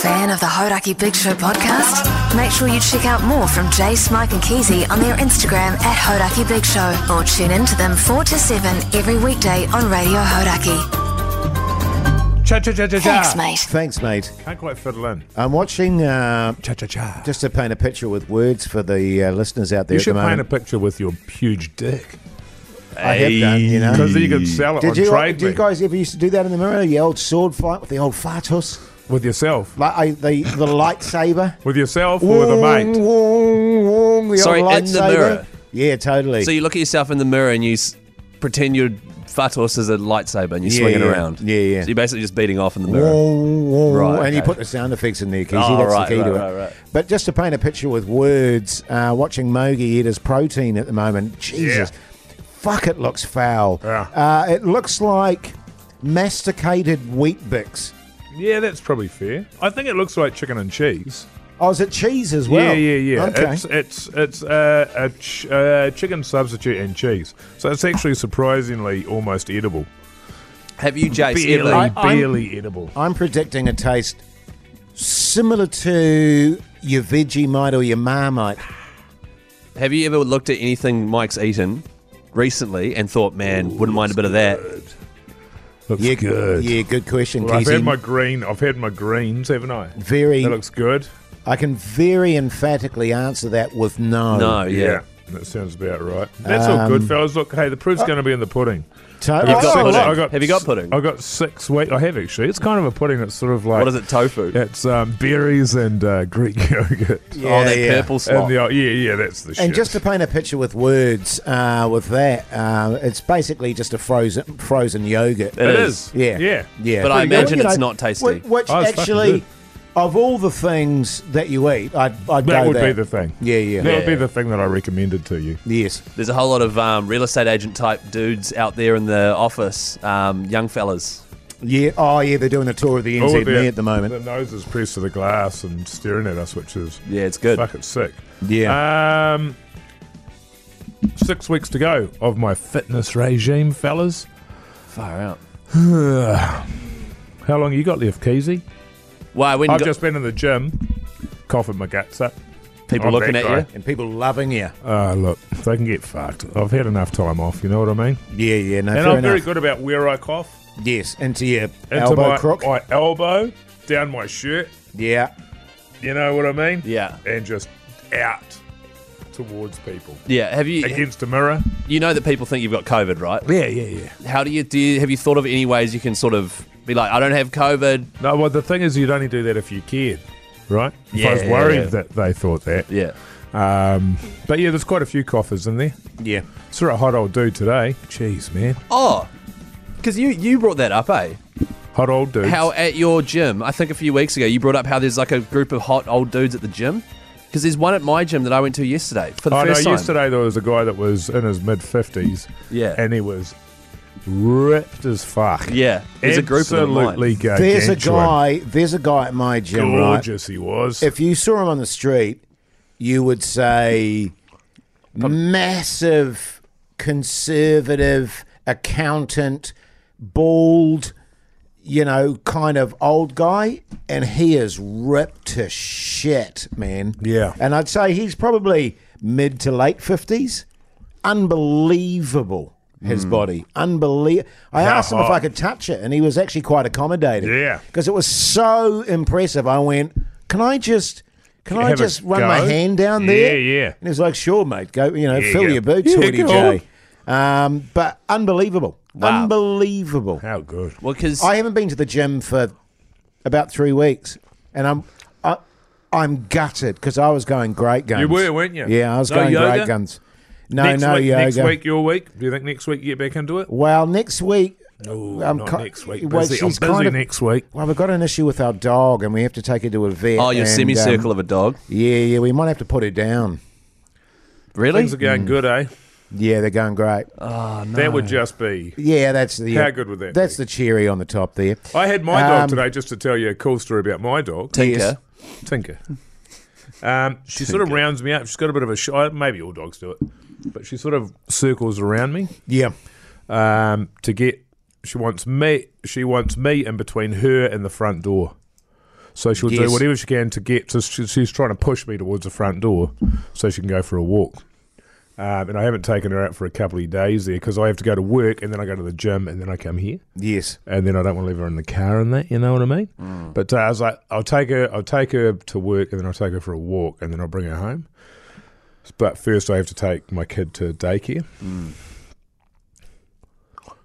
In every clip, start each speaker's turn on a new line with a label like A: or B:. A: Fan of the Hodaki Big Show podcast? Make sure you check out more from Jay, Smike, and Keezy on their Instagram at Hodaki Big Show or tune in to them 4 to 7 every weekday on Radio Hodaki.
B: Cha cha cha cha
A: Thanks,
B: cha.
A: mate.
C: Thanks, mate.
B: Can't quite fiddle in.
C: I'm watching, uh,
B: Cha cha cha.
C: just to paint a picture with words for the uh, listeners out there
B: You
C: at the
B: should paint a
C: moment.
B: picture with your huge dick.
C: I have done, you know.
B: Because then you can sell it
C: Did
B: on
C: you, uh,
B: trade
C: did you
B: me
C: guys ever used to do that in the mirror? The old sword fight with the old fartus?
B: with yourself.
C: Like, I, the, the lightsaber?
B: With yourself or with a mate.
C: Wong, wong, the
D: Sorry,
C: old
D: in the
C: lightsaber.
D: mirror?
C: Yeah, totally.
D: So you look at yourself in the mirror and you s- pretend your fat horse is a lightsaber and you
C: Yeah,
D: swing it
C: yeah.
D: around.
C: Yeah, yeah.
D: So you're basically just beating off in the mirror.
C: Wong, wong,
D: Right,
C: and you
D: okay.
C: put the sound effects in there, Kizzy.
D: Oh,
C: That's
D: right,
C: the key to
D: right,
C: it.
D: right, right.
C: But just to paint a picture with words, uh, watching Mogi eat his protein at the moment, Jesus, fuck, it looks foul.
B: Yeah.
C: Uh, it looks like masticated wheat bix.
B: Yeah, that's probably fair. I think it looks like chicken and cheese.
C: Oh, is it cheese as well?
B: yeah, yeah, yeah.
C: Okay.
B: It's it's it's uh, a ch- uh, chicken substitute and cheese, so it's actually surprisingly almost edible.
D: Have you, Jace,
B: Barely,
D: ever,
C: I'm-
B: barely edible.
C: I'm predicting a taste similar to your Vegemite or your Marmite.
D: have you ever looked at anything Mike's eaten recently and thought, man, wouldn't mind a bit of that?
B: Looks
C: yeah,
B: good.
C: Yeah, good question,
B: Well, I've
C: Keezy.
B: had my green. I've had my greens, haven't I?
C: Very-
B: That looks good.
C: I can very emphatically answer that with no.
D: No, yeah.
B: That sounds about right. That's all good, fellas. Look, hey, the proof's going to be in the pudding.
C: To-
D: You've
C: Um,
D: got
C: oh,
D: pudding.
C: look.
B: I got
D: Have you got
B: s-
D: pudding?
B: I got six weeks. I have actually. It's kind of a pudding. It's sort of like
D: What is it, tofu?
B: It's um, berries and uh, Greek yogurt.
D: oh, that
C: yeah.
D: purple
B: And
D: slot.
B: the, yeah, yeah, that's the shit.
C: And just to paint a picture with words, uh, with that, uh, it's basically just a frozen frozen yogurt.
D: It
B: it
D: is.
B: is.
C: Yeah,
B: Yeah.
C: yeah.
D: But I
C: Pretty good.
D: imagine it's not tasty.
C: whi- Which
B: Oh, it's fucking
C: actually,
B: good.
C: of all the things that you eat, I'd, I'd
B: That
C: go
B: would
C: that.
B: be the thing.
C: Yeah, yeah.
B: That would be
D: Yeah.
B: the thing that I recommended to you.
C: Yes.
D: There's a whole lot of um, real estate agent type dudes out there in the office, um, young fellas.
C: Yeah. Oh, yeah. They're doing a tour of the
B: All of
C: NZME
B: their-
C: at the moment.
B: Their nose is pressed to the glass and staring at us, which is
D: Yeah, it's good.
B: fucking sick.
C: Yeah.
B: Um, six weeks to go of my fitness regime, fellas.
D: Far out.
B: How long you got left, Keezy?
D: Well, I went
B: I've
D: and got
B: just been in the gym, coughing my guts up.
D: people
B: I'm
D: looking
B: that
D: at you.
B: guy.
C: and people loving you.
B: Ah, look, they can get fucked. I've had enough time off. You know what I mean?
C: Yeah, yeah. No,
B: and
C: fair
B: I'm very
C: enough.
B: good about where I cough.
C: Yes. Into your
B: Into
C: elbow
B: my,
C: crook.
B: my elbow, down my shirt.
C: Yeah.
B: You know what I mean?
D: Yeah.
B: And just out towards people
D: Yeah. Have you?
B: against a mirror.
D: You know that people think you've got COVID, right?
B: Yeah, yeah, yeah.
D: How do you do? You, have you thought of any ways you can sort of be like, I don't have COVID?
B: No, well, the thing is, you'd only do that if you cared, right? if I was
D: Yeah,
B: worried
D: yeah.
B: that they thought that.
D: Yeah.
B: Um, but yeah, there's quite a few coffers in there.
C: Yeah.
B: Saw a hot old dude today. Jeez, man,
D: Oh, because you you brought that up, eh?
B: hot old dude.
D: How at your gym? I think a few weeks ago you brought up how there's like a group of hot old dudes at the gym. Because there's one at my gym that I went to yesterday for the
B: I know.
D: first time.
B: Oh, Yesterday there was a guy that was in his mid fifties.
D: Yeah.
B: and he was ripped as fuck.
D: Yeah, there's a group of them online.
B: absolutely gargantuan.
C: There's a guy. There's a guy at my gym. Right.
B: Gorgeous, he was.
C: if you saw him on the street, you would say massive conservative accountant, bald, you know, kind of old guy, and he is ripped to shit, man.
B: Yeah.
C: and I'd say he's probably mid to late fifties. Unbelievable. His body, unbelievable. I
B: Hmm. How
C: asked him if
B: hot?
C: I could touch it, and he was actually quite accommodating
B: Yeah.
C: because it was so impressive. I went, "Can I just, can I
B: Have a
C: just run my
B: go?
C: hand down
B: Yeah,
C: there?"
B: yeah.
C: And he was like, "Sure, mate. Go, you know,
B: Yeah,
C: fill
B: yeah.
C: your boots,
B: Yeah,
C: Hoodie
B: go
C: J." Um, but unbelievable,
D: Wow.
C: unbelievable.
B: How good.
D: Well, because
C: I haven't been to the gym for about three weeks, and I'm, I, I'm gutted because I was going great guns.
B: You were, weren't you?
C: Yeah, I was
B: No
C: going
B: yoga?
C: great guns. No,
B: next
C: no
B: week,
C: yoga.
B: next week, your week. Do you think next week you get back into it?
C: Well, next week.
B: No,
C: I'm
B: not
C: ki-
B: next week.
C: well,
B: Busy. I'm
C: she's
B: busy
C: kind of-
B: next week.
C: Well, we've got an issue with our dog, and we have to take her to a vet.
D: oh, your
C: and, um,
D: semicircle of a dog.
C: Yeah, yeah, we might have to put it down.
D: Really?
B: Things are
C: Mm.
B: going good, eh?
C: Yeah, they're going great.
B: That
C: Uh,
B: would just be.
C: yeah, that's the
B: How good would that
C: That's
B: be?
C: the cherry on the top there.
B: I had my
C: Um,
B: dog today, just to tell you a cool story about my dog.
D: Tinker.
C: Yes.
B: Tinker. Um, she sort of rounds me up. She's got a bit of a shy. Maybe all dogs do it, but she sort of circles around me
C: Yeah,
B: um, to get. She wants me. She wants me in between her and the front door. So she'll
C: Yes.
B: do whatever she can to get. So she, she's trying to push me towards the front door so she can go for a walk. Um, and I haven't taken her out for a couple of days there because I have to go to work and then I go to the gym and then I come here
C: Yes.
B: and then I don't want to leave her in the car and that, you know what I mean? But uh, I was like, I'll take her, I'll take her to work, and then I'll take her for a walk, and then I'll bring her home. But first, I have to take my kid to daycare.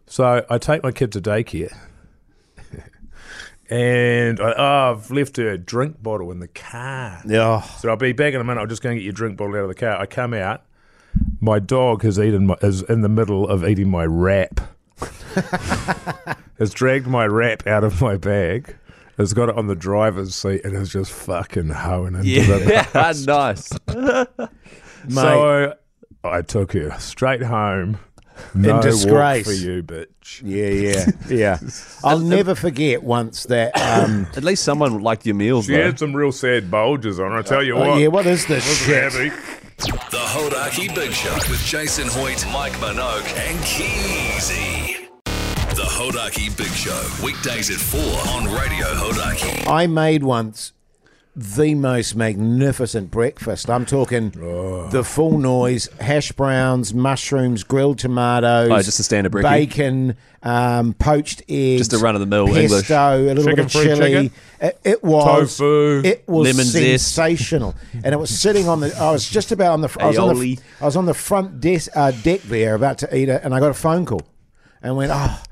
B: So I take my kid to daycare, and I, oh, I've left her drink bottle in the car.
C: Oh,
B: So I'll be back in a minute. I'll just go and get your drink bottle out of the car. I come out. My dog has eaten my, is in the middle of eating my wrap. has dragged my wrap out of my bag. Has got it on the driver's seat and is just fucking hoeing into the
D: Yeah, nice.
C: mate.
B: So I took her straight home. No walk
C: disgrace.
B: for you, bitch.
C: yeah, yeah, yeah. I'll never forget once that. Um,
D: At least someone liked your meals,
B: She
D: though.
B: had some real sad bulges on her. I tell you what.
C: oh, yeah, what is this
B: Wasn't
C: shit?
B: happy.
E: The Hodaki Big Show with Jason Hoyt, Mike Monoke, and Keezy. The Hodaki Big Show, weekdays at 4 on Radio Hodaki.
C: I made once the most magnificent breakfast. I'm talking
D: Oh.
C: the full noise, hash browns, mushrooms, grilled tomatoes.
D: Oh, just a standard brekkie.
C: Bacon, um, poached eggs.
D: Just a run-of-the-mill
C: pesto,
D: English.
C: a little bit of
B: Chicken-free
C: chili.
B: chicken?
C: It, it was.
B: Tofu.
C: It was
D: Lemon zest.
C: sensational. and it was sitting on the, I was just about on the, I was on the,
D: Aioli.
C: I was on the front desk, uh, deck there about to eat it, and I got a phone call and went, oh,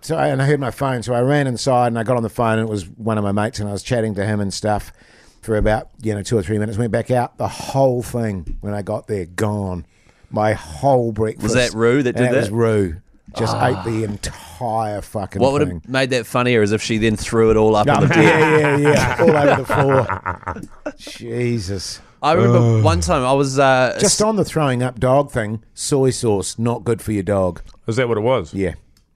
C: so I, and I heard my phone, so I ran inside and I got on the phone, and it was one of my mates, and I was chatting to him and stuff for about you know two or three minutes. Went back out, the whole thing when I got there gone, my whole breakfast.
D: that Rue that
C: And it
D: did
C: Was
D: that? Ah.
C: Rue just ate the entire fucking
D: What would
C: thing.
D: have made that funnier is if she then threw it all up on
C: Yeah,
D: the
C: yeah, yeah, yeah, all over the floor. Jesus.
D: I remember one time I was uh,
C: Just on the throwing up dog thing, soy sauce not good for your dog.
B: Is that what it was?
C: Yeah.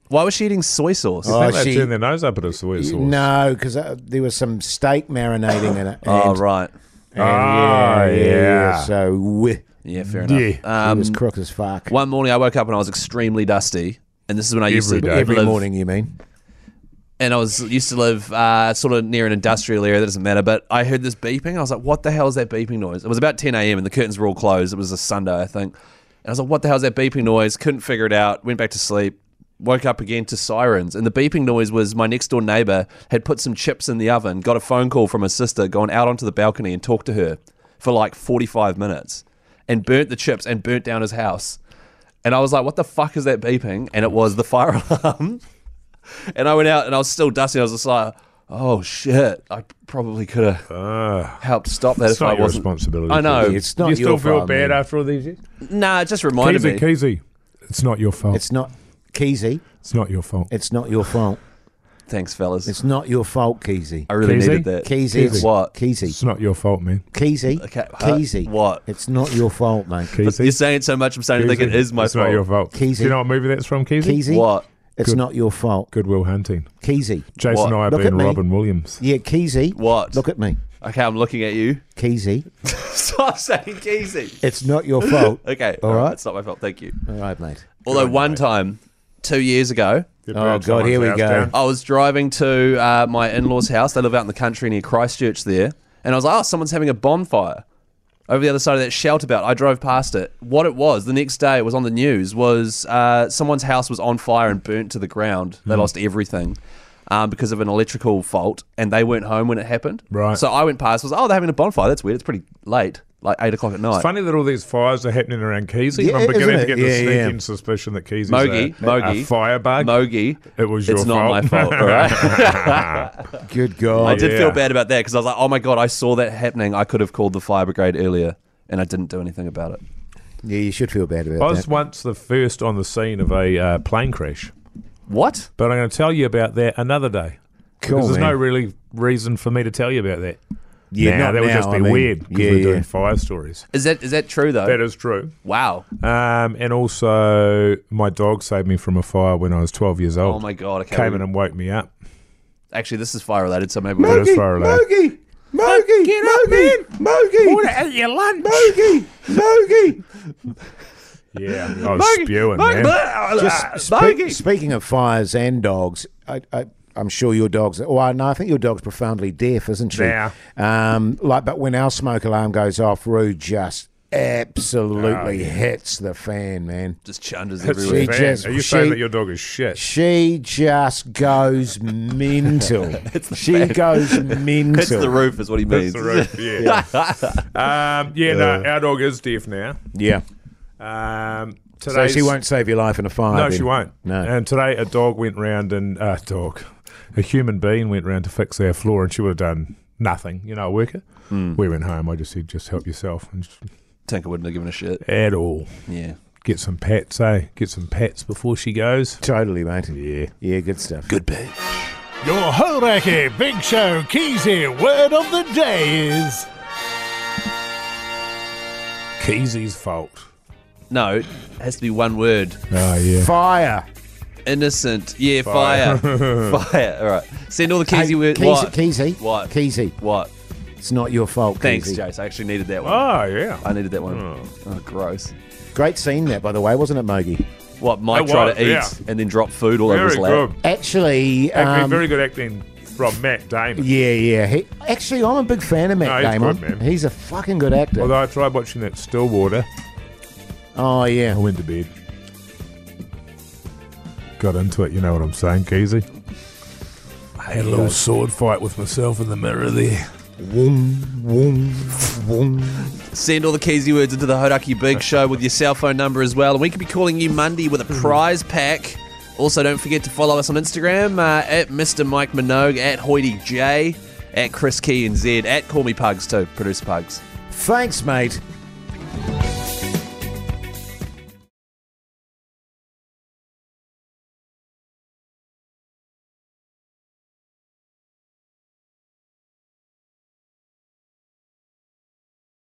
D: Why was she eating soy sauce?
B: I
C: Oh,
B: think they
C: she-
B: turned their nose up at a soy sauce.
C: No, because uh, there was some steak marinating in it.
D: oh,
C: and-
D: right.
C: And
B: Ah, yeah.
C: So uh, wh-
D: Yeah, fair enough.
C: he
D: Um,
C: was crook as fuck.
D: one morning I woke up and I was extremely dusty, and this is when I used
B: Every
D: to
B: day.
C: Every
D: live-
C: morning, you mean?
D: and I was used to live uh, sort of near an industrial area. That doesn't matter, but I heard this beeping. I was like, "What the hell is that beeping noise?" It was about 10 a.m. and the curtains were all closed. It was a Sunday, I think. And I was like, "What the hell is that beeping noise?" Couldn't figure it out. Went back to sleep. Woke up again to sirens, and the beeping noise was my next door neighbor had put some chips in the oven. Got a phone call from her sister, gone out onto the balcony and talked to her for like 45 minutes, and burnt the chips and burnt down his house. And I was like, "What the fuck is that beeping?" And it was the fire alarm. And I went out and I was still dusty. I was just like, oh shit, I probably could have helped stop that
B: It's
D: if I
B: not your
D: wasn't.
B: responsibility.
D: I know.
B: Keezy.
C: It's not
B: you
C: your
B: still feel
C: fault,
B: bad
C: man.
B: after all these years?
D: Nah, it just reminded
B: Keezy,
D: me.
B: Keezy, it's not your fault.
C: It's not Keezy.
B: It's not your fault.
C: It's not your fault.
D: Thanks, fellas.
C: It's not your fault, Keezy.
D: I really
B: Keezy?
D: needed that.
C: Keezy. it's-
D: What?
C: Keezy.
B: It's not your fault, man.
C: Keezy.
D: Okay, huh?
C: Keezy.
D: What?
C: It's not your fault, mate.
B: Keezy.
D: You're saying it so much, I'm starting to think it is my
B: it's
D: fault.
B: not your fault.
C: Keezy.
B: Do you know what movie that's from, Keezy?
C: Keezy.
D: What?
C: It's not your fault.
B: Goodwill Hunting.
C: Keezy.
B: Jason
D: What?
B: and I have
C: Look
B: been
C: at me.
B: Robin Williams.
C: Yeah, Keezy.
D: What?
C: Look at me.
D: Okay, I'm looking at you.
C: Keezy.
D: Stop saying Keezy.
C: It's not your fault.
D: Okay,
C: All right.
D: It's not my fault. Thank you.
C: All right, mate.
D: Although one time, two years ago,
C: Oh, God, here we go.
D: I was driving to uh, my in law's house. They live out in the country near Christchurch there. And I was like, oh, someone's having a bonfire over the other side of that shelterbelt. I drove past it. What it was the next day, it was on the news, was uh, someone's house was on fire and burnt to the ground.
B: Hmm.
D: They lost everything. Um, because of an electrical fault, and they weren't home when it happened.
B: Right.
D: So I went past. Was oh, they're having a bonfire. That's weird. It's pretty late, like eight o'clock at night.
B: Funny that all these fires are happening around Keezy.
C: Yeah,
B: and I'm beginning
C: isn't
B: to
C: it?
B: get
C: Yeah,
B: the
C: yeah.
B: sneaking suspicion that Keezy's
D: Mogi,
B: a,
D: Mogi,
B: a firebug.
D: Mogi.
B: It was your
D: It's not my
B: fault.
D: fault. All right.
C: Good
D: I
C: God.
D: did
B: Oh, yeah.
D: feel bad about that because I was like, oh my god, I saw that happening. I could have called the fire brigade earlier, and I didn't do anything about it.
C: Yeah, you should feel bad
B: I
C: about
B: was
C: that.
B: once the first on the scene of a uh, plane crash,
D: What?
B: but I'm going to tell you about that another day.
C: Cool,
B: because there's
C: man.
B: no really reason for me to tell you about that. now,
C: Yeah, not
B: that would
C: now,
B: just be
C: I mean, uh,
B: weird because
C: yeah,
B: we're
C: yeah.
B: doing fire stories.
D: Is that is that true though?
B: That is true.
D: wow.
B: Um, and also, my dog saved me from a fire when I was 12 years old.
D: Oh my god. Okay.
B: Came in and woke me up.
D: Actually, this is fire related, so maybe we
B: That is fire related.
C: Mogi! Mogi! Mogi! Mogi!
B: ate your lunch.
C: Mogi! Mogi!
B: Yeah, I was spewing, man.
C: Just spe- speaking of fires and dogs, I, I, I'm sure your dog's. Well, no, I think your dog's profoundly deaf, isn't she?
B: Yeah.
C: Um, like, but when our smoke alarm goes off, Rue just
B: Oh,
C: absolutely hits the fan, man.
D: Just chunders
B: That's
D: everywhere.
B: fan.
C: just-
B: Are you
C: she-
B: saying that your dog is shit?
C: She just goes mental. she goes mental.
D: It's the roof, is what he means.
B: That's the roof. Yeah. um, yeah, no, our dog is deaf now.
C: Yeah.
B: Um,
C: So
B: today's,
C: she won't save your life in a fire.
B: No,
C: then?
B: she won't.
C: No.
B: And today a dog went round and uh, dog, a human being went round to fix our floor, and she would have done nothing. You know, a worker. We went home. I just said, just help yourself, and just,
D: Tinker wouldn't have given a shit.
B: at all.
D: Yeah.
B: Get some pats, eh? Get some pats before she goes.
C: Totally, mate.
B: Yeah.
C: Yeah, good stuff.
D: Good bit.
B: Your Horaki Big Show Keezy word of the day is Keezy's fault.
D: No, it has to be one word.
B: Oh yeah.
C: Fire.
D: Innocent. Yeah, fire. Fire. All right. Send all the keezy words. What?
C: Keezy.
D: What?
C: Keezy.
D: What?
C: It's not your fault,
D: Thanks,
C: Keezy.
D: Jace. I actually needed that one.
B: Oh yeah.
D: I needed that one. Oh, gross.
C: Great scene that, by the way, wasn't it, Mogi?
D: What, Mike
B: It
D: tried
B: was,
D: to eat
B: yeah.
D: and then drop food all over
B: Very
D: his lap?
B: good.
C: Actually,
B: Acting,
C: um,
B: very good acting from Matt Damon.
C: yeah, yeah. He, actually, I'm a big fan of Matt
B: No, he's
C: Damon.
B: good, man.
C: He's a fucking good actor.
B: Although I tried watching that Stillwater,
C: oh yeah.
B: I went to bed. Got into it, you know what I'm saying, Keezy. I had a little sword fight with myself in the mirror there.
D: Send all the keezy words into the Hodaki Big Show with your cell phone number as well. And we could be calling you Monday with
B: Hmm.
D: a prize pack. Also, don't forget to follow us on Instagram uh, at Mr. Mike Minogue, at Hoity J, at Chris Key and Z, at Call Me Pugs too, producer Pugs.
C: Thanks, mate.